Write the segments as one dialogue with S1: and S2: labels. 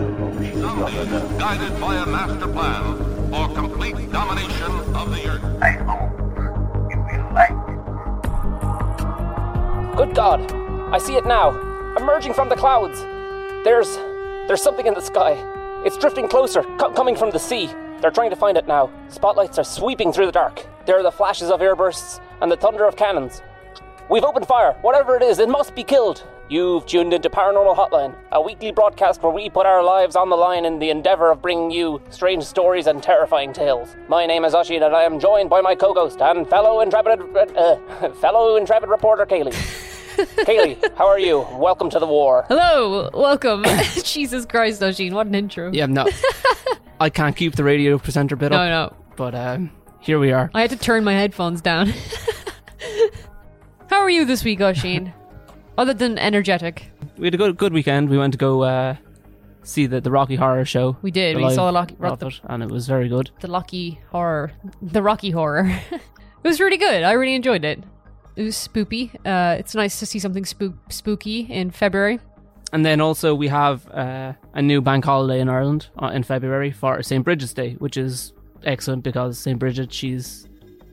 S1: Zombies, guided by a master plan for complete domination of the earth.
S2: I hope you will like it.
S3: Good God! I see it now, emerging from the clouds. There's, there's something in the sky. It's drifting closer, co- coming from the sea. They're trying to find it now. Spotlights are sweeping through the dark. There are the flashes of airbursts and the thunder of cannons. We've opened fire. Whatever it is, it must be killed. You've tuned into Paranormal Hotline, a weekly broadcast where we put our lives on the line in the endeavour of bringing you strange stories and terrifying tales. My name is Oshin, and I am joined by my co-host and fellow intrepid, uh, fellow intrepid reporter Kaylee. Kaylee, how are you? Welcome to the war.
S4: Hello, welcome. Jesus Christ, Oshin, what an intro.
S5: Yeah, no. I can't keep the radio presenter bit
S4: No,
S5: up,
S4: no.
S5: but um, here we are.
S4: I had to turn my headphones down. How are you this week, Oshin? Other than energetic.
S5: We had a good good weekend. We went to go uh, see the, the Rocky Horror Show.
S4: We did. We
S5: live
S4: saw the Rocky-
S5: of
S4: the-
S5: it, and it was very good.
S4: The Lucky horror. The Rocky horror. it was really good. I really enjoyed it. It was spoopy. Uh, it's nice to see something spook- spooky in February.
S5: And then also we have uh, a new bank holiday in Ireland uh, in February for St. Bridget's Day, which is excellent because St. Bridget, she's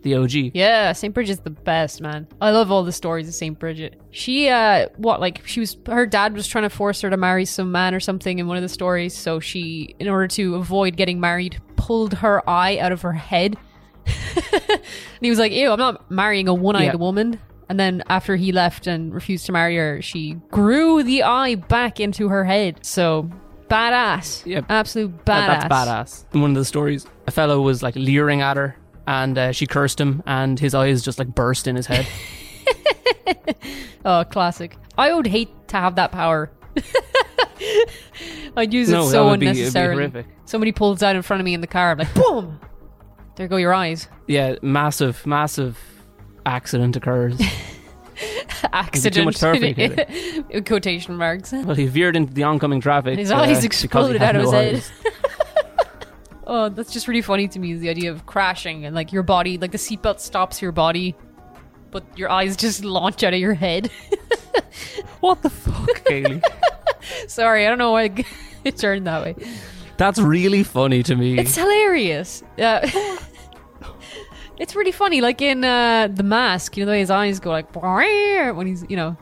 S5: the OG.
S4: Yeah, St. Bridget's the best, man. I love all the stories of St. Bridget. She, uh, what, like, she was, her dad was trying to force her to marry some man or something in one of the stories. So she, in order to avoid getting married, pulled her eye out of her head. and he was like, ew, I'm not marrying a one eyed
S5: Yeah.
S4: woman. And then after he left and refused to marry her, she grew the eye back into her head. So badass.
S5: Yep.
S4: Absolute badass.
S5: That- Uh, That's badass. In one of the stories, a fellow was like leering at her, and uh, she cursed him, and his eyes just like burst in his head.
S4: Oh, classic. I would hate to have that power. I'd use
S5: No,
S4: it
S5: that
S4: so
S5: would be- it'd be
S4: unnecessarily.
S5: horrific.
S4: Somebody pulls out in front of me in the car, I'm like, boom! There go your eyes.
S5: yeah, massive, massive accident occurs.
S4: Accident.
S5: much perfect,
S4: In quotation marks.
S5: Well, he veered into the oncoming traffic.
S4: His
S5: uh,
S4: eyes
S5: because he
S4: exploded
S5: had
S4: out of his
S5: no
S4: head.
S5: eyes.
S4: Oh, that's just really funny to me is the idea of crashing and like your body, like the seatbelt stops your body, but your eyes just launch out of your head.
S5: What the fuck, Kaylee?
S4: Sorry, I don't know why it turned that way.
S5: That's really funny to me.
S4: It's hilarious. Yeah. it's really funny. Like in uh, The Mask, you know, the way his eyes go like "Bwah," when he's, you know,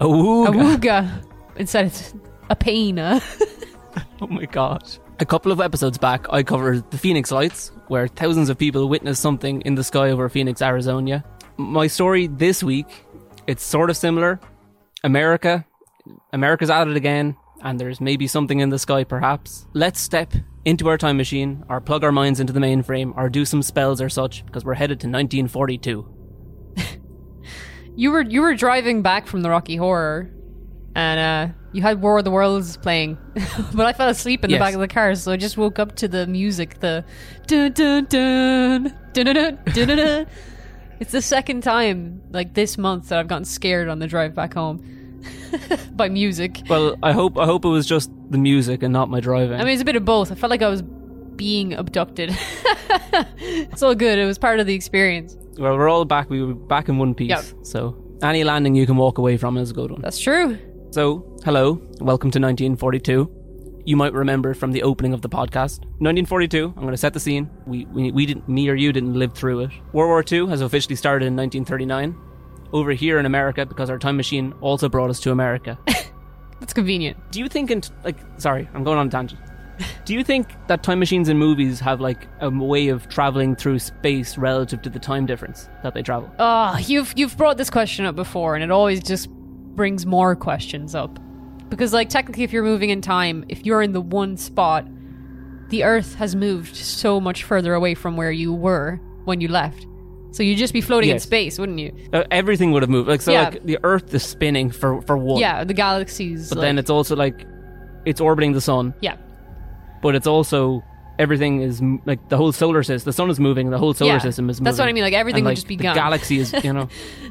S5: oh,
S4: a wooga. Instead, it's a pain. uh.
S5: oh my god. A couple of episodes back, I covered the Phoenix Lights, where thousands of people witnessed something in the sky over Phoenix, Arizona. My story this week, it's sort of similar. America, America's at it again, and there's maybe something in the sky, perhaps. Let's step into our time machine, or plug our minds into the mainframe, or do some spells or such, because we're headed to 1942.
S4: you were you were driving back from the Rocky Horror, and uh, you had War of the Worlds playing, but I fell asleep in
S5: Yes.
S4: the back of the car, so I just woke up to the music. The dun dun dun dun dun dun dun. dun, dun. It's the second time like this month that I've gotten scared on the drive back home by music.
S5: Well, I hope I hope it was just the music and not my driving.
S4: I mean, it's a bit of both. I felt like I was being abducted. it's all good. It was part of the experience.
S5: well, we're all back. We were back in one piece.
S4: Yep.
S5: So any landing you can walk away from is a good one.
S4: That's true.
S5: So hello, welcome to 1942. You might remember from the opening of the podcast, 1942. I'm going to set the scene. We, we we didn't, me or you didn't live through it. World War II has officially started in 1939 over here in America because our time machine also brought us to America.
S4: That's convenient.
S5: Do you think in t- like sorry, I'm going on a tangent. Do you think that time machines in movies have like a m- way of traveling through space relative to the time difference that they travel?
S4: Ah, you've you've brought this question up before, and it always just brings more questions up. Because, like, technically, if you're moving in time, if you're in the one spot, the Earth has moved so much further away from where you were when you left. So you'd just be floating in
S5: Yes.
S4: space, wouldn't you?
S5: Uh, everything would have moved. Like so,
S4: Yeah.
S5: like the Earth is spinning for for one.
S4: Yeah, the galaxies.
S5: But
S4: like-
S5: then it's also like it's orbiting the sun,
S4: yeah,
S5: but it's also everything is m- like the whole solar system. The sun is moving. The whole solar
S4: Yeah.
S5: system is moving.
S4: That's what I mean, like, everything
S5: And,
S4: would
S5: like,
S4: just be
S5: the
S4: gone.
S5: galaxy is you know,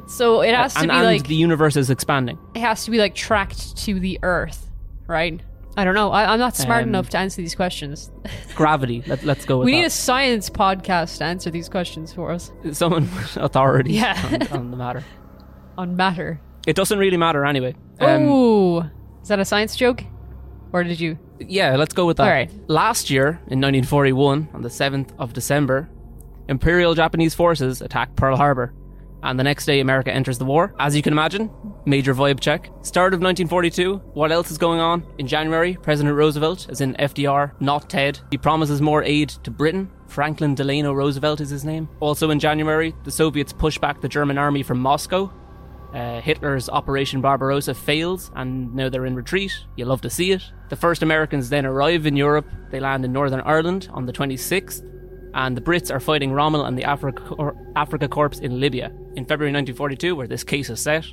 S4: so it has to
S5: and,
S4: be
S5: and
S4: like
S5: the universe is expanding.
S4: it has to be like tracked to the Earth, right? I don't know. I, I'm not smart
S5: Um,
S4: enough to answer these questions.
S5: Gravity. Let, let's go with
S4: we need
S5: that.
S4: a science podcast to answer these questions for us
S5: Someone with authority
S4: Yeah.
S5: on, on the matter.
S4: on matter.
S5: It doesn't really matter anyway. Um,
S4: Oh, Is that a science joke? Or did you?
S5: Yeah, let's go with that.
S4: All right.
S5: Last year, in 1941, on the 7th of December, Imperial Japanese forces attacked Pearl Harbor. And the next day, America enters the war. As you can imagine, major vibe check. Start of 1942, what else is going on? In January, President Roosevelt, as in FDR, not Ted, he promises more aid to Britain. Franklin Delano Roosevelt is his name. Also in January, the Soviets push back the German army from Moscow. Uh, Hitler's Operation Barbarossa fails, and now they're in retreat. You love to see it. The first Americans then arrive in Europe. They land in Northern Ireland on the 26th, and the Brits are fighting Rommel and the Africa, Cor- Africa Corps in Libya in February 1942, where this case is set.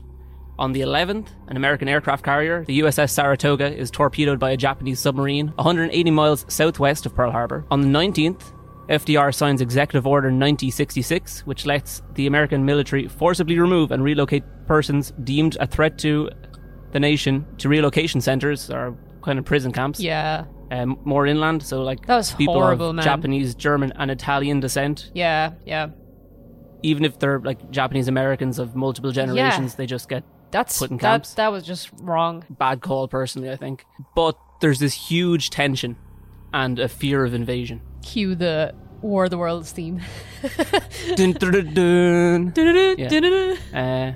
S5: On the 11th, an American aircraft carrier, the USS Saratoga, is torpedoed by a Japanese submarine 180 miles southwest of Pearl Harbor. On the 19th, FDR signs Executive Order 9066, which lets the American military forcibly remove and relocate persons deemed a threat to the nation to relocation centers or kind of prison camps
S4: Yeah.
S5: um, more inland. So like
S4: That was
S5: people
S4: horrible,
S5: of
S4: man.
S5: Japanese, German, and Italian descent,
S4: Yeah. Yeah.
S5: even if they're like Japanese Americans of multiple generations, they just get
S4: That's
S5: Put in
S4: that,
S5: camps.
S4: that was just wrong.
S5: bad call personally. I think, but there's this huge tension and a fear of invasion.
S4: Cue the War of the Worlds theme.
S5: Dun, dun, dun, dun.
S4: Dun-dun-dun,
S5: Yeah.
S4: dun-dun-dun.
S5: Uh,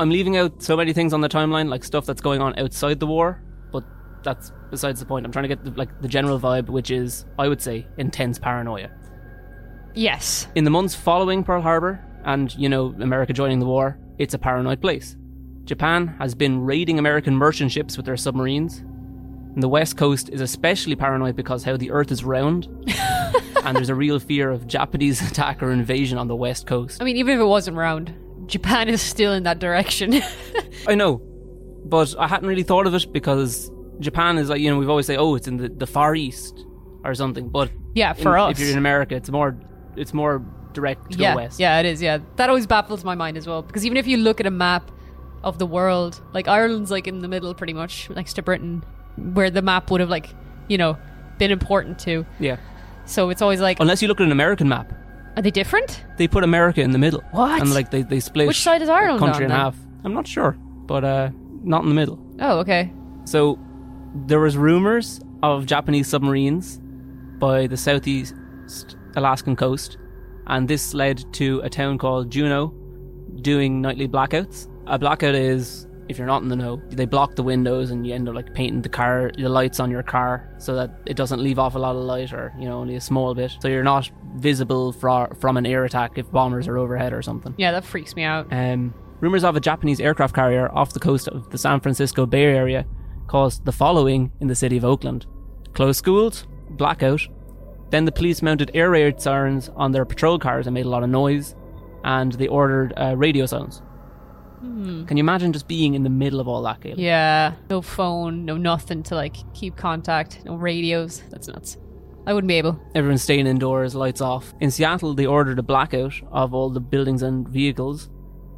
S5: I'm leaving out so many things on the timeline, like stuff that's going on outside the war, but that's besides the point. I'm trying to get the, like the general vibe, which is, I would say, intense paranoia.
S4: Yes.
S5: In the months following Pearl Harbor and, you know, America joining the war, it's a paranoid place. Japan has been raiding American merchant ships with their submarines. And the West Coast is especially paranoid because how the Earth is round. and there's a real fear of Japanese attack or invasion on the West Coast.
S4: I mean, even if it wasn't round, Japan is still in that direction.
S5: I know, but I hadn't really thought of it because Japan is like, you know, we've always say, oh, it's in the, the Far East or something. But
S4: yeah,
S5: in-
S4: for us.
S5: if you're in America, it's more, it's more direct to
S4: yeah,
S5: the West.
S4: yeah, it is. Yeah, that always baffles my mind as well because even if you look at a map of the world, like Ireland's like in the middle, pretty much next to Britain, where the map would have like you know been important to.
S5: yeah.
S4: So it's always like,
S5: Unless you look at an American map,
S4: are they different?
S5: they put America in the middle.
S4: What?
S5: And like they, they split
S4: Which side is Ireland
S5: the country
S4: on,
S5: in
S4: then?
S5: half. I'm not sure, but uh, not in the middle.
S4: Oh, okay.
S5: So there was rumors of Japanese submarines by the southeast Alaskan coast, and this led to a town called Juneau doing nightly blackouts. A blackout is if you're not in the know, they block the windows and you end up like painting the car, the lights on your car, so that it doesn't leave off a lot of light or you know only a small bit, so you're not visible fra- from an air attack if bombers are overhead or something.
S4: Yeah, that freaks me out.
S5: Um, rumors of a Japanese aircraft carrier off the coast of the San Francisco Bay Area caused the following in the city of Oakland closed schools, blackout. Then the police mounted air raid sirens on their patrol cars and made a lot of noise, and they ordered uh, radio silence. Can you imagine just being in the middle of all that, Gail?
S4: Yeah, no phone, no nothing to like keep contact, no radios. That's nuts. I wouldn't be able.
S5: Everyone's staying indoors, lights off. In Seattle, they ordered a blackout of all the buildings and vehicles,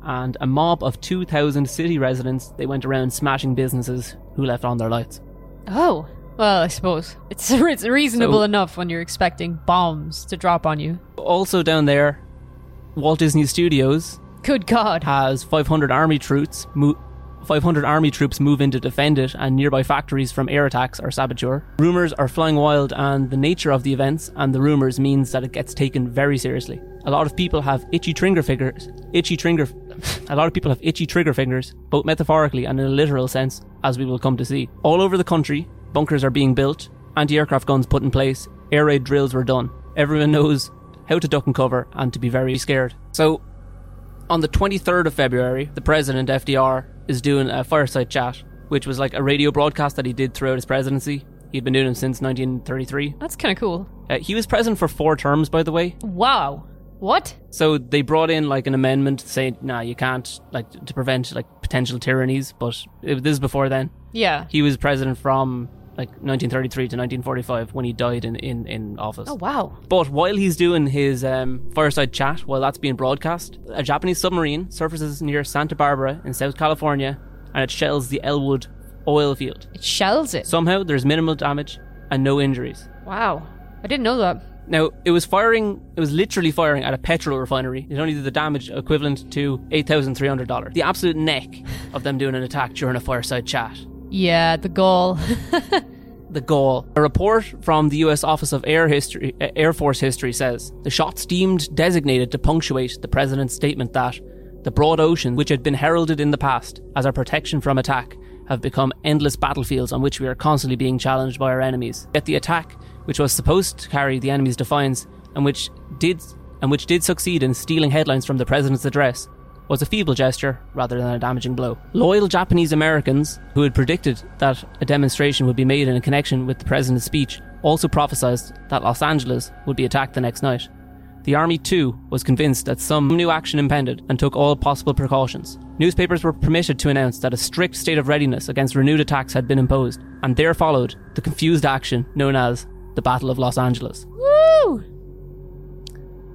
S5: and a mob of 2,000 city residents, they went around smashing businesses who left on their lights.
S4: Oh. Well, I suppose it's it's reasonable
S5: So-
S4: enough when you're expecting bombs to drop on you.
S5: Also down there, Walt Disney Studios
S4: Good God!
S5: has 500 army troops. Mo- 500 army troops move in to defend it, and nearby factories from air attacks or saboteur. Rumors are flying wild, and the nature of the events and the rumors means that it gets taken very seriously. A lot of people have itchy trigger fingers. Itchy trigger. A lot of people have itchy trigger fingers, both metaphorically and in a literal sense, as we will come to see. All over the country, bunkers are being built, anti-aircraft guns put in place, air raid drills were done. Everyone knows how to duck and cover and to be very scared. So on the 23rd of February, the president, FDR, is doing a fireside chat, which was like a radio broadcast that he did throughout his presidency. He'd been doing them since 1933.
S4: That's kind of cool.
S5: Uh, he was president for four terms, by the way.
S4: Wow. What?
S5: So they brought in like an amendment saying, "Nah, you can't," like to prevent like potential tyrannies. But it, this is before then.
S4: Yeah.
S5: He was president from like 1933 to 1945 when he died in in, in office.
S4: Oh wow.
S5: But while he's doing his um, fireside chat, while that's being broadcast, a Japanese submarine surfaces near Santa Barbara in South California and it shells the Elwood oil field.
S4: It shells it.
S5: Somehow, there's minimal damage and no injuries.
S4: Wow. I didn't know that.
S5: Now, it was firing, it was literally firing at a petrol refinery. It only did the damage equivalent to $8,300. The absolute neck of them doing an attack during a fireside chat.
S4: Yeah, the goal.
S5: the goal. A report from the U.S. Office of Air History, uh, Air Force History says the shots deemed designated to punctuate the president's statement that the broad ocean, which had been heralded in the past as our protection from attack, have become endless battlefields on which we are constantly being challenged by our enemies. Yet the attack, which was supposed to carry the enemy's defiance and which did and which did succeed in stealing headlines from the president's address, was a feeble gesture rather than a damaging blow. Loyal Japanese Americans, who had predicted that a demonstration would be made in connection with the president's speech, also prophesied that Los Angeles would be attacked the next night. The army, too, was convinced that some new action impended and took all possible precautions. Newspapers were permitted to announce that a strict state of readiness against renewed attacks had been imposed, and there followed the confused action known as the Battle of Los Angeles.
S4: Woo!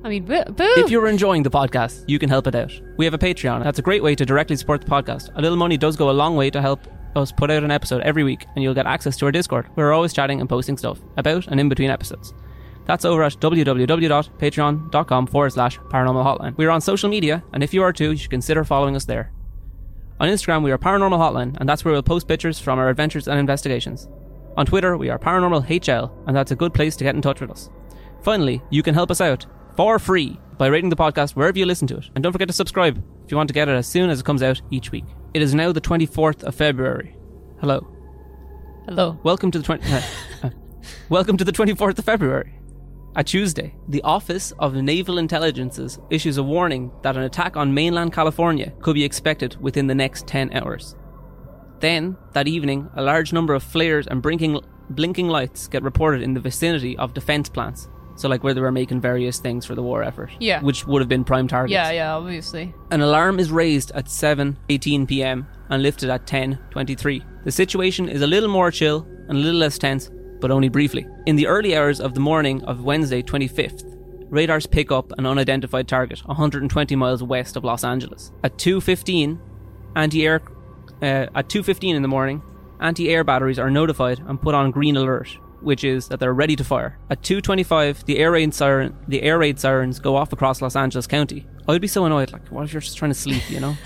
S4: I mean, boo! boo.
S5: If you're enjoying the podcast, you can help it out. We have a Patreon. That's a great way to directly support the podcast. A little money does go a long way to help us put out an episode every week, and you'll get access to our Discord, where we're always chatting and posting stuff about and in between episodes. That's over at www.patreon.com forward slash paranormal hotline. We are on social media, and if you are too, you should consider following us there. On Instagram, we are Paranormal Hotline, and that's where we'll post pictures from our adventures and investigations. On Twitter, we are Paranormal HL, and that's a good place to get in touch with us. Finally, you can help us out for free by rating the podcast wherever you listen to it. And don't forget to subscribe if you want to get it as soon as it comes out each week. It is now the 24th of February. Hello.
S4: Hello.
S5: Welcome to the 20 uh, uh, Welcome to the 24th of February. A Tuesday, the Office of Naval Intelligences issues a warning that an attack on mainland California could be expected within the next 10 hours. Then, that evening, a large number of flares and blinking, blinking lights get reported in the vicinity of defense plants. So, like where they were making various things for the war effort,
S4: Yeah.
S5: which would have been prime targets.
S4: Yeah, yeah, obviously.
S5: An alarm is raised at 7:18 p.m. and lifted at 10:23. The situation is a little more chill and a little less tense, but only briefly. In the early hours of the morning of Wednesday 25th, radars pick up an unidentified target 120 miles west of Los Angeles. At 2:15, anti-air uh, at 2:15 in the morning, anti-air batteries are notified and put on green alert, which is that they're ready to fire. At 2:25, the air raid siren, the air raid sirens go off across Los Angeles County. I'd be so annoyed. Like, what if you're just trying to sleep? You know?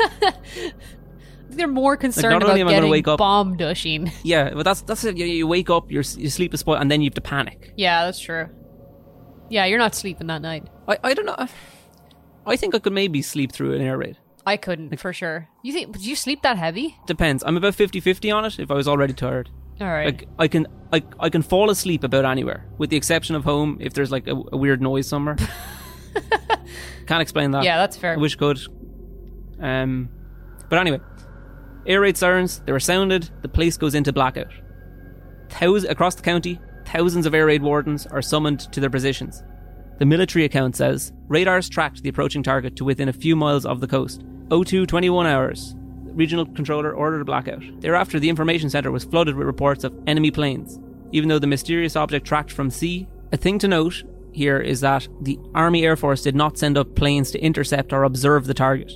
S4: They're more concerned
S5: only
S4: about
S5: am I gonna
S4: getting
S5: wake up-
S4: bomb dushing.
S5: yeah, but that's that's it. You, you wake up, your s- your sleep is spoiled, and then you have to panic.
S4: yeah, that's true. Yeah, you're not sleeping that night.
S5: I I don't know. I think I could maybe sleep through an air raid.
S4: I couldn't for sure. You think? Did you sleep that heavy?
S5: Depends. I'm about 50-50 on it. If I was already tired.
S4: All right.
S5: Like I can, I, I can fall asleep about anywhere, with the exception of home. If there's like a, a weird noise somewhere, can't explain that.
S4: yeah, that's fair.
S5: uh, I wish I could. Um, but anyway, air raid sirens. They were sounded. The place goes into blackout. Thous- across the county, thousands of air raid wardens are summoned to their positions. The military account says radars tracked the approaching target to within a few miles of the coast. 0221 hours. Regional controller ordered a blackout. Thereafter, the information center was flooded with reports of enemy planes. Even though the mysterious object tracked from sea, a thing to note here is that the Army Air Force did not send up planes to intercept or observe the target.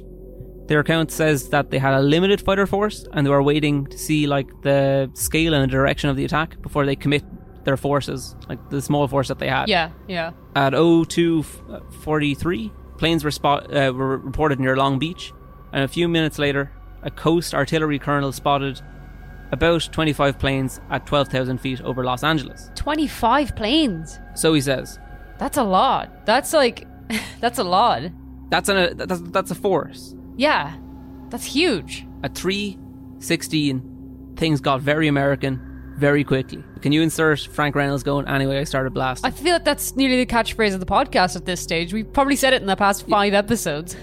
S5: Their account says that they had a limited fighter force and they were waiting to see like the scale and the direction of the attack before they commit their forces, like the small force that they had.
S4: yeah, yeah.
S5: At 0243, planes were, spot, uh, were reported near Long Beach, and a few minutes later, a coast artillery colonel spotted about 25 planes at 12,000 feet over Los Angeles.
S4: Twenty-five planes.
S5: So he says,
S4: That's a lot. That's like, that's a lot.
S5: that's, an, uh, that's, that's a force.
S4: Yeah, that's huge.
S5: At 316, things got very American very quickly. Can you insert Frank Reynolds going, anyway, I started blasting?
S4: I feel like that's nearly the catchphrase of the podcast at this stage. We've probably said it in the past five episodes.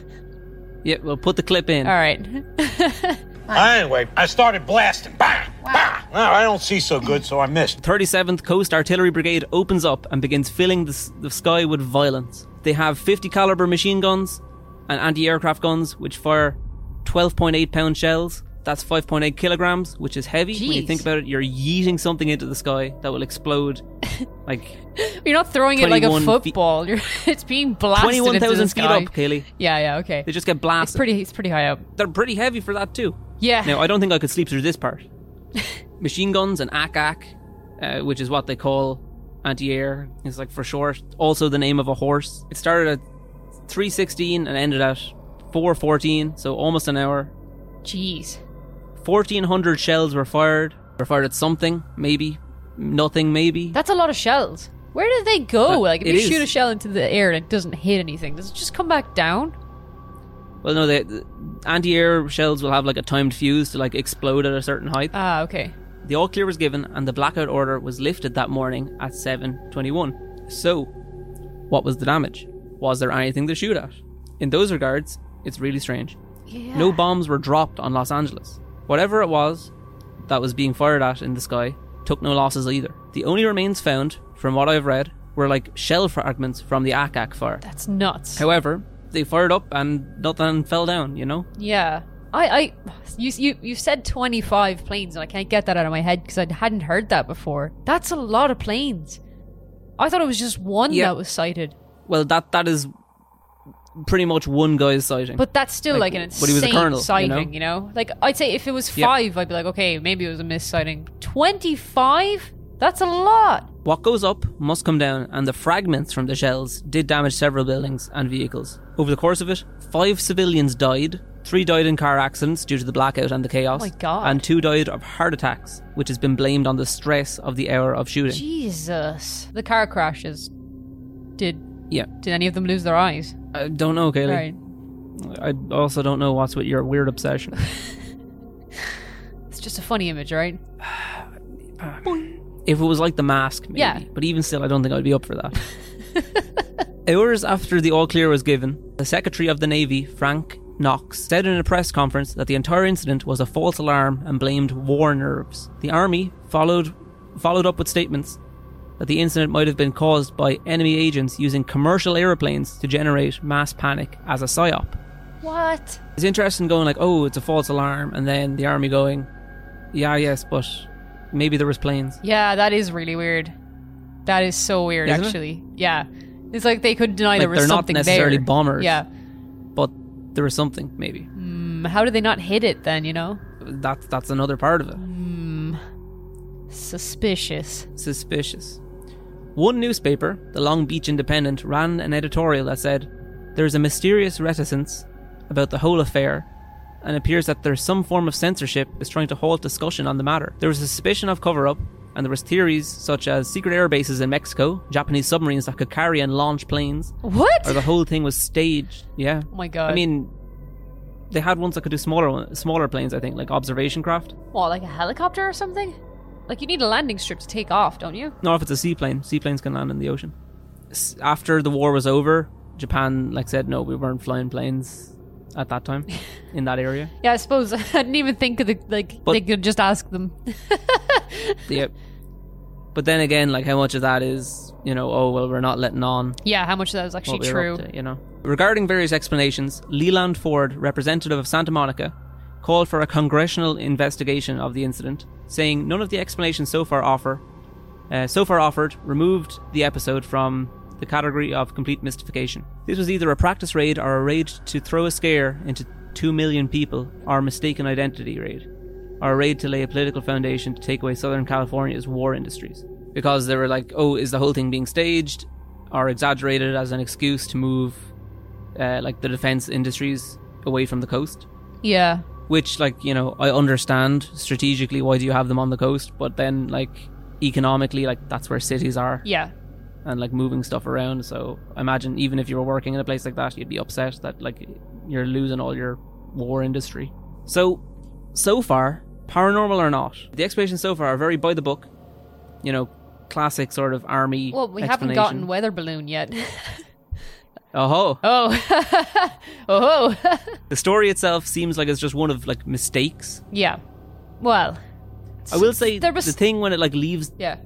S5: yeah, well, put the clip in.
S4: All right.
S6: Anyway, I started blasting. Bah! Bah! Now I don't see so good, so I missed.
S5: 37th Coast Artillery Brigade opens up and begins filling the, s- the sky with violence. They have 50 caliber machine guns and anti-aircraft guns which fire 12.8 pound shells. That's 5.8 kilograms, which is heavy. When you
S4: Jeez.
S5: think about it, you're yeeting something into the sky that will explode like
S4: You're not throwing it like a
S5: 21 feet-
S4: football. You're, it's being blasted into the
S5: 21,000 feet
S4: sky.
S5: up, Kaylee.
S4: Yeah, yeah, okay.
S5: They just get
S4: It's
S5: blasted.
S4: pretty. It's pretty high up.
S5: They're pretty heavy for that too.
S4: Yeah.
S5: Now, I don't think I could sleep through this part. Machine guns and akak, uh, which is what they call anti-air, is like for short. Also, the name of a horse. It started at three sixteen and ended at four fourteen, so almost an hour.
S4: Jeez.
S5: Fourteen hundred shells were fired. They're fired at something, maybe. Nothing, maybe.
S4: That's a lot of shells. Where do they go?
S5: Uh,
S4: like, if
S5: it
S4: you
S5: is.
S4: shoot a shell into the air and it doesn't hit anything, does it just come back down?
S5: well, no, they, the anti-air shells will have like a timed fuse to like explode at a certain height.
S4: Ah, okay.
S5: The all clear was given, and the blackout order was lifted that morning at 7:21. So, what was the damage? Was there anything to shoot at? In those regards, it's really strange.
S4: Yeah.
S5: No bombs were dropped on Los Angeles. Whatever it was that was being fired at in the sky took no losses either. The only remains found, from what I've read, were like shell fragments from the Akak fire.
S4: That's nuts.
S5: However, they fired up and nothing fell down, you know?
S4: yeah. I, I, you, you, you said 25 planes, and I can't get that out of my head because I hadn't heard that before. That's a lot of planes. I thought it was just one
S5: Yeah.
S4: that was sighted.
S5: Well, that that is pretty much one guy's sighting.
S4: But that's still
S5: Like,
S4: like, an insane
S5: but he was a colonel, you
S4: sighting,
S5: know?
S4: you know? Like, I'd say if it was
S5: Yep.
S4: five, I'd be like, okay, maybe it was a miss sighting. 25? That's a lot.
S5: What goes up must come down, and the fragments from the shells did damage several buildings and vehicles. Over the course of it, five civilians died, three died in car accidents due to the blackout and the chaos,
S4: Oh my God.
S5: and two died of heart attacks, which has been blamed on the stress of the hour of shooting.
S4: Jesus. The car crashes. Did
S5: Yeah,
S4: did any of them lose their eyes?
S5: I don't know, Kaylee.
S4: Right.
S5: I also don't know what's with your weird obsession.
S4: It's just a funny image, right?
S5: if it was like the mask, maybe.
S4: Yeah.
S5: But even still, I don't think I'd be up for that. Hours after the all clear was given, the Secretary of the Navy, Frank Knox, said in a press conference that the entire incident was a false alarm and blamed war nerves. The Army followed followed up with statements that the incident might have been caused by enemy agents using commercial aeroplanes to generate mass panic as a psyop.
S4: What?
S5: It's interesting going like, oh, it's a false alarm, and then the army going, yeah, yes, but maybe there was planes.
S4: Yeah, that is really weird. That is so weird,
S5: Isn't it?
S4: actually. Yeah. It's like they could deny
S5: Like,
S4: there was
S5: they're not
S4: something
S5: necessarily
S4: there.
S5: bombers.
S4: Yeah.
S5: but there was something maybe.
S4: Mm, How did they not hit it then, you know?
S5: That's that's another part of it.
S4: Suspicious.
S5: Suspicious. One newspaper, the Long Beach Independent, ran an editorial that said there is a mysterious reticence about the whole affair and appears that there's some form of censorship is trying to halt discussion on the matter. There was a suspicion of cover-up and there was theories such as secret air bases in Mexico, Japanese submarines that could carry and launch planes,
S4: What?
S5: or the whole thing was staged. Yeah.
S4: Oh my god.
S5: I mean, they had ones that could do smaller one- smaller planes, I think, like observation craft.
S4: what, like a helicopter or something? Like you need a landing strip to take off, don't you?
S5: Not if it's a seaplane. Seaplanes can land in the ocean. S- After the war was over, Japan like said no, we weren't flying planes at that time in that area.
S4: Yeah, I suppose I didn't even think of the like
S5: But-
S4: they could just ask them.
S5: Yep. But then again, like how much of that is you know oh well we're not letting on
S4: yeah, how much of that was actually
S5: what we were
S4: true.
S5: up to, you know. Regarding various explanations, Leland Ford, representative of Santa Monica, called for a congressional investigation of the incident, saying none of the explanations so far offer uh, so far offered removed the episode from the category of complete mystification. This was either a practice raid or a raid to throw a scare into 2 million people or a mistaken identity raid or a raid to lay a political foundation to take away Southern California's war industries. Because they were like, oh, is the whole thing being staged or exaggerated as an excuse to move uh, like the defense industries away from the coast?
S4: Yeah.
S5: Which, like, you know, I understand strategically why do you have them on the coast, but then, like, economically, like, that's where cities are
S4: Yeah.
S5: and, like, moving stuff around. So I imagine even if you were working in a place like that, you'd be upset that, like, you're losing all your war industry. So, so far, paranormal or not, the explanations so far are very by the book, you know, classic sort of army.
S4: Well, we haven't gotten weather balloon yet.
S5: Oh,
S4: oh. oh.
S5: the story itself seems like it's just one of like mistakes.
S4: yeah. Well,
S5: I will say
S4: There was-
S5: the thing when it like leaves
S4: yeah.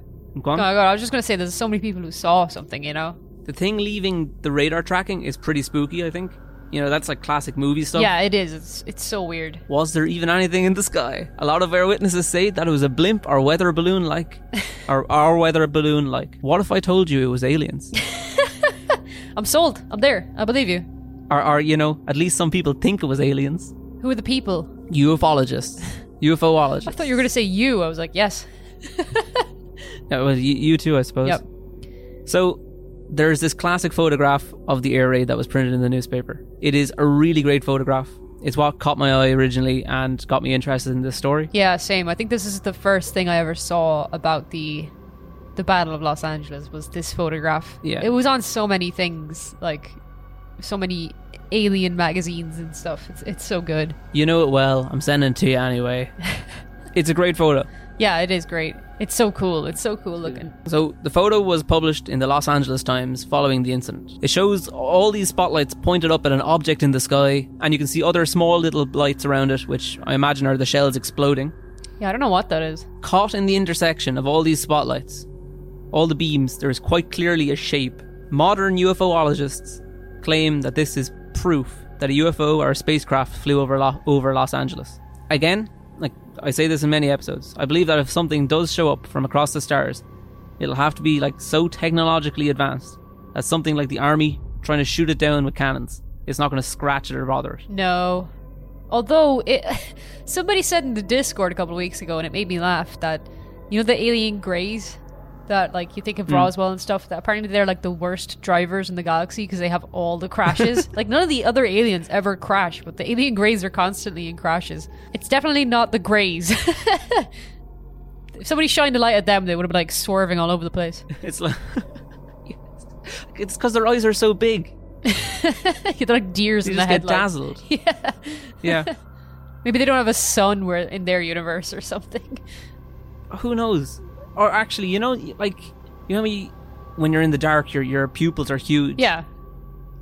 S5: go on.
S4: Oh my god, I was just going to say there's so many people who saw something, you know.
S5: the thing leaving the radar tracking is pretty spooky. I think you know that's like classic movie stuff.
S4: yeah, it is. It's it's so weird.
S5: Was there even anything in the sky? A lot of our witnesses say that it was a blimp or weather balloon like, or our weather balloon like. What if I told you it was aliens?
S4: I'm sold. I'm there. I believe you.
S5: or, or you know, at least some people think it was aliens.
S4: Who are the people?
S5: Ufologists, UFOologists.
S4: I thought you were going to say you. I was like, yes.
S5: Yeah, well, you, you too, I suppose.
S4: Yep.
S5: So there's this classic photograph of the air raid that was printed in the newspaper. It is a really great photograph. It's what caught my eye originally and got me interested in this story.
S4: Yeah, same. I think this is the first thing I ever saw about the the Battle of Los Angeles was this photograph.
S5: Yeah.
S4: It was on so many things, like so many alien magazines and stuff. It's it's so good.
S5: You know it well. I'm sending it to you anyway. it's a great photo.
S4: Yeah, it is great. It's so cool. It's so cool looking.
S5: So, the photo was published in the Los Angeles Times following the incident. It shows all these spotlights pointed up at an object in the sky, and you can see other small little lights around it, which I imagine are the shells exploding.
S4: Yeah, I don't know what that is.
S5: Caught in the intersection of all these spotlights, all the beams, there is quite clearly a shape. Modern UFOologists claim that this is proof that a UFO or a spacecraft flew over, Lo- over Los Angeles. Again, like I say this in many episodes, I believe that if something does show up from across the stars, it'll have to be like so technologically advanced that something like the army trying to shoot it down with cannons is not going to scratch it or bother it.
S4: No. Although it, somebody said in the Discord a couple of weeks ago, and it made me laugh that you know the alien greys that like you think
S5: Hmm.
S4: of Roswell and stuff. That apparently they're like the worst drivers in the galaxy because they have all the crashes. like none of the other aliens ever crash, but the alien greys are constantly in crashes. It's definitely not the greys. if somebody shined a light at them, they would have been like swerving all over the place.
S5: It's like it's because their eyes are so big.
S4: they're like deers
S5: They
S4: in
S5: just
S4: the
S5: get
S4: headlights.
S5: dazzled. Yeah.
S4: Maybe they don't have a sun where in their universe or something.
S5: Who knows? Or actually, you know, like you know, me when you're in the dark, your your pupils are huge.
S4: Yeah,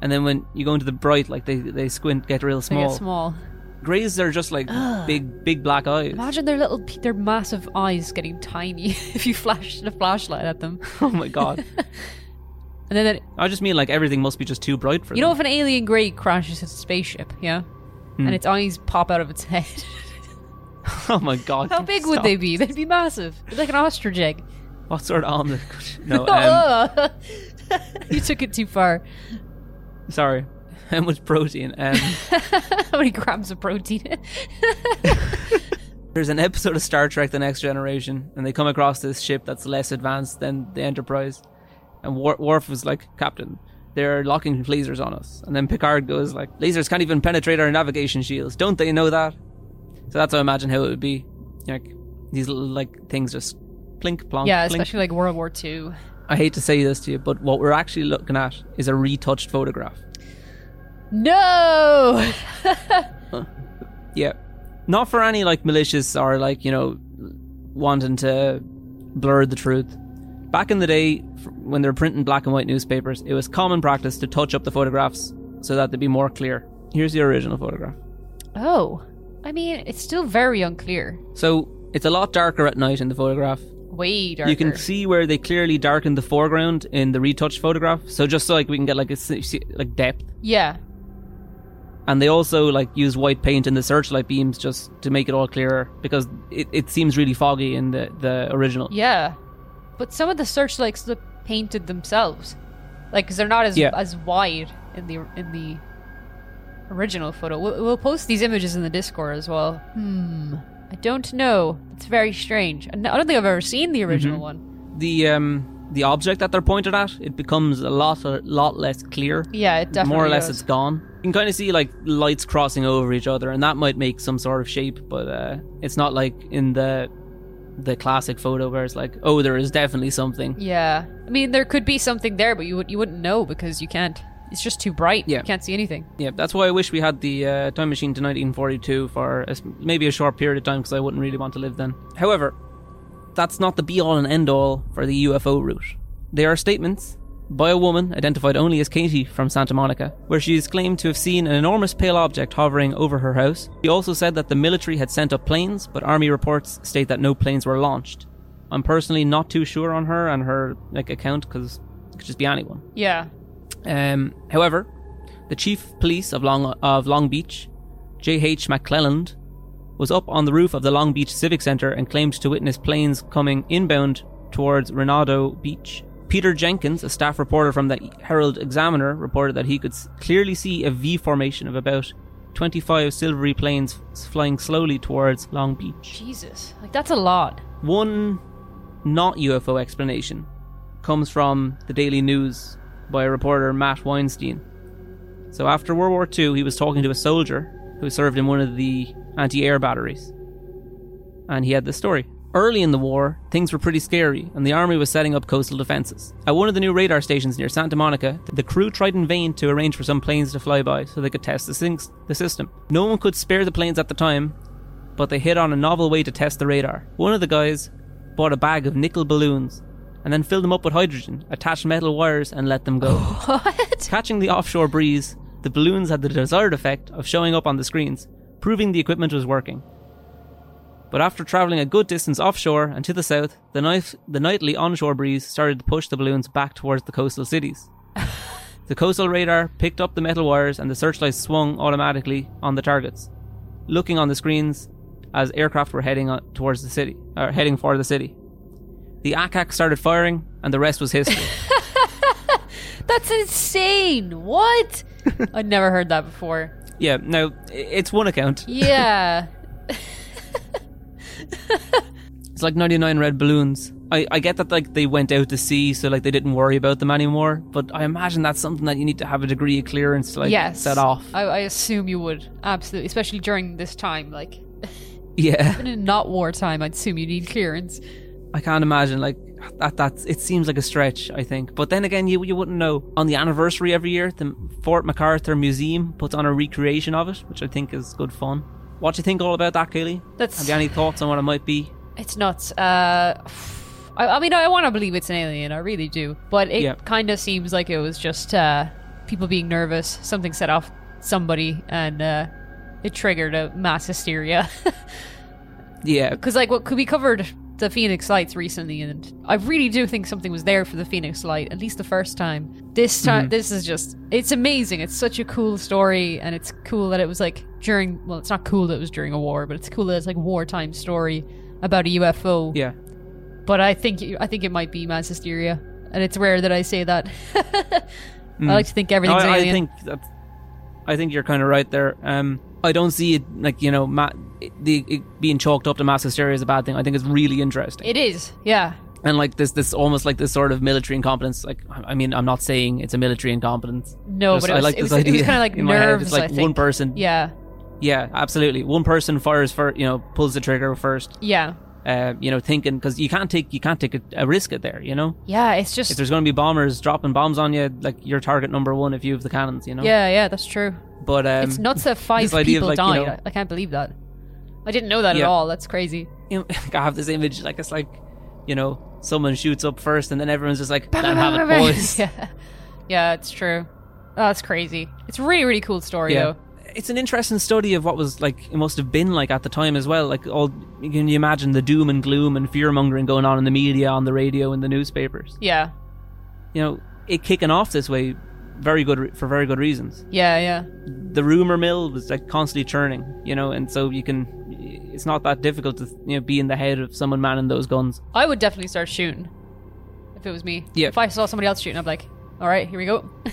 S5: And then when you go into the bright, like they they squint, get real
S4: they
S5: small.
S4: get small.
S5: Greys are just like big big black eyes.
S4: Imagine their little, pe- their massive eyes getting tiny if you flash the flashlight at them.
S5: Oh my god!
S4: And then, it-
S5: I just mean like everything must be just too bright for
S4: you know,
S5: them.
S4: if an alien grey crashes his spaceship, yeah,
S5: Hmm.
S4: and its eyes pop out of its head,
S5: oh my god!
S4: how big would
S5: Stop.
S4: they be? They'd be massive, They're like an ostrich egg.
S5: What sort of omelet? could- No, um,
S4: Ugh. you took it too far.
S5: um, sorry. How much protein? Um,
S4: how many grams of protein?
S5: there's an episode of Star Trek: The Next Generation, and they come across this ship that's less advanced than the Enterprise, and Wor- Worf was like, "Captain, they're locking lasers on us." And then Picard goes like, "Lasers can't even penetrate our navigation shields. Don't they know that?" So that's how I imagine how it would be. Like these little like things just plink plonk.
S4: yeah,
S5: plink.
S4: especially like World War Two.
S5: I hate to say this to you, but what we're actually looking at is a retouched photograph.
S4: No,
S5: Yeah. Not for any like malicious or like, you know, wanting to blur the truth. Back in the day, f- when they were printing black and white newspapers, it was common practice to touch up the photographs so that they'd be more clear. Here's the original photograph.
S4: oh, I mean, it's still very unclear.
S5: So it's a lot darker at night in the photograph.
S4: Way darker.
S5: You can see where they clearly darken the foreground in the retouched photograph. So just so like we can get like a s- s- like depth.
S4: yeah,
S5: and they also like use white paint in the searchlight beams just to make it all clearer because it, it seems really foggy in the, the original
S4: Yeah, but some of the searchlights look painted themselves, like they they're not as
S5: Yeah.
S4: as wide in the in the original photo. We'll, we'll post these images in the Discord as well. Hmm, I don't know. It's very strange. And I don't think I've ever seen the original
S5: Mm-hmm.
S4: one.
S5: the um the object that they're pointed at it becomes a lot a lot less clear
S4: Yeah, it definitely
S5: more or less
S4: does.
S5: it's gone you can kind of see like lights crossing over each other and that might make some sort of shape but uh it's not like in the the classic photo where it's like oh there is definitely something
S4: Yeah, I mean there could be something there, but you would you wouldn't know because you can't. It's just too bright.
S5: Yeah.
S4: You can't see anything.
S5: Yeah, that's why I wish we had the uh, time machine to 1942 for a s maybe a short period of time because I wouldn't really want to live then. However, that's not the be all and end all for the UFO route. There are statements by a woman identified only as Katie from Santa Monica, where she is claimed to have seen an enormous pale object hovering over her house. She also said that the military had sent up planes, but army reports state that no planes were launched. I'm personally not too sure on her and her like account because it could just be anyone.
S4: Yeah.
S5: Um, however, the chief police of Long of Long Beach, J.H. McClelland, was up on the roof of the Long Beach Civic Center and claimed to witness planes coming inbound towards Redondo Beach. Peter Jenkins, a staff reporter from the Herald Examiner, reported that he could s- clearly see a V formation of about 25 silvery planes s- flying slowly towards Long Beach.
S4: Jesus, like that's a lot.
S5: One not UFO explanation comes from the Daily News by reporter Matt Weinstein. So after World War II, he was talking to a soldier who served in one of the anti air batteries. And he had this story. Early in the war, things were pretty scary, and the army was setting up coastal defenses. At one of the new radar stations near Santa Monica, the crew tried in vain to arrange for some planes to fly by so they could test the, sinks, the system. No one could spare the planes at the time, but they hit on a novel way to test the radar. One of the guys bought a bag of nickel balloons and then filled them up with hydrogen, attached metal wires, and let them go.
S4: What?
S5: Catching the offshore breeze, the balloons had the desired effect of showing up on the screens, proving the equipment was working. But after travelling a good distance offshore and to the south, the, night, the nightly onshore breeze started to push the balloons back towards the coastal cities. the coastal radar picked up the metal wires and the searchlights swung automatically on the targets, looking on the screens as aircraft were heading on, towards the city, or heading for the city. The ACAC started firing, and the rest was history.
S4: That's insane. What? I'd never heard that before.
S5: yeah, now i- it's one account.
S4: Yeah.
S5: It's like 99 red balloons. I, I get that like they went out to sea, so like they didn't worry about them anymore. But I imagine that's something that you need to have a degree of clearance to like
S4: yes.
S5: set off.
S4: I, I assume you would. Absolutely. Especially during this time. Like,
S5: yeah,
S4: in not wartime, I'd assume you need clearance.
S5: I can't imagine like that. That's it seems like a stretch. I think, but then again, you you wouldn't know. On the anniversary every year, the Fort MacArthur Museum puts on a recreation of it, which I think is good fun. What do you think all about that, Kaylee?
S4: That's-
S5: Have you any thoughts on what it might be?
S4: It's nuts. Uh, I, I mean, I want to believe it's an alien. I really do. But it
S5: Yeah.
S4: kind of seems like it was just uh, people being nervous. Something set off somebody, and uh, it triggered a mass hysteria.
S5: Yeah,
S4: Because, like, what could we covered the Phoenix Lights recently, and I really do think something was there for the Phoenix Light, at least the first time. This
S5: Mm-hmm.
S4: time, this is just, it's amazing. It's such a cool story, and it's cool that it was like during, well, it's not cool that it was during a war, but it's cool that it's like wartime story about a UFO.
S5: yeah.
S4: But I think, you- I think it might be mass hysteria, and it's rare that I say that. I like to think
S5: Mm. No,
S4: everything's
S5: I,
S4: alien.
S5: I think that's, I think you're kind of right there. Um, I don't see it like you know ma- the it being chalked up to mass hysteria is a bad thing. I think it's really interesting
S4: it is, yeah.
S5: and like this this almost like this sort of military incompetence. Like I I mean, I'm not saying it's a military incompetence.
S4: No,
S5: Just-
S4: but it
S5: I
S4: was,
S5: like
S4: it
S5: this
S4: was, it was
S5: idea
S4: kind of like
S5: in my head.
S4: nerves.
S5: It's like
S4: I think.
S5: one person.
S4: Yeah,
S5: Yeah, absolutely. One person fires first, you know, pulls the trigger first.
S4: yeah,
S5: Uh, you know, thinking because you can't take you can't take a, a risk at there. You know,
S4: yeah. It's
S5: if
S4: just
S5: there's going to be bombers dropping bombs on you, like you're target number one if you have the cannons. You know.
S4: Yeah, yeah, that's true.
S5: But um,
S4: it's nuts that five
S5: this idea of,
S4: people
S5: like, you
S4: died.
S5: know-
S4: I can't believe that. I didn't know that at
S5: Yeah.
S4: all. That's crazy.
S5: you know, like, I have this image, like it's like, you know, someone shoots up first, and then everyone's just like, "Let 'em have it, boys."
S4: yeah. yeah, it's true. Oh, that's crazy. It's a really, really cool story,
S5: Yeah.
S4: though.
S5: It's an interesting study of what was like it must have been like at the time as well. Like all, can you imagine the doom and gloom and fear mongering going on in the media, on the radio, in the newspapers?
S4: Yeah,
S5: You know, it kicking off this way, very good re- for very good reasons.
S4: yeah, yeah.
S5: The rumor mill was like constantly churning, you know, and so you can, it's not that difficult to you know be in the head of someone manning those guns.
S4: I would definitely start shooting if it was me.
S5: Yeah.
S4: If I saw somebody else shooting, I'd be like, all right, here we go.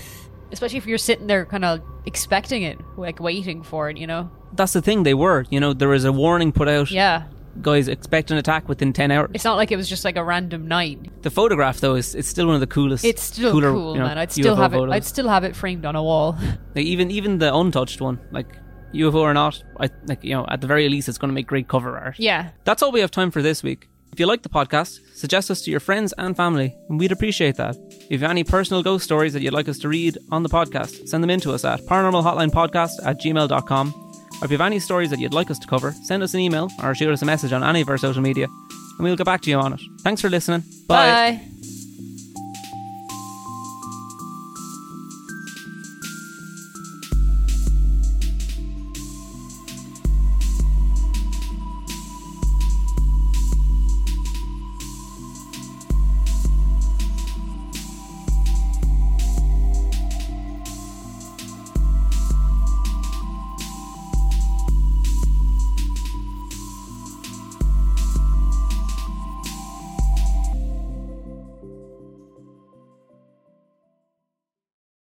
S4: Especially if you're sitting there kind of expecting it, like waiting for it, you know?
S5: That's the thing they were, you know, there was a warning put out.
S4: Yeah.
S5: Guys, expect an attack within ten hours.
S4: It's not like it was just like a random night.
S5: The photograph though is it's still one of the coolest.
S4: It's still
S5: cooler,
S4: cool,
S5: you know,
S4: man. I'd still
S5: UFO
S4: have
S5: photos.
S4: it. I'd still have it framed on a wall.
S5: Like, even even the untouched one, like UFO or not, I like you know at the very least it's going to make great cover art.
S4: yeah.
S5: That's all we have time for this week. If you like the podcast, suggest us to your friends and family, and we'd appreciate that. If you have any personal ghost stories that you'd like us to read on the podcast, send them in to us at paranormalhotlinepodcast at gmail.com. Or if you have any stories that you'd like us to cover, send us an email or shoot us a message on any of our social media, and we'll get back to you on it. Thanks for listening.
S4: Bye.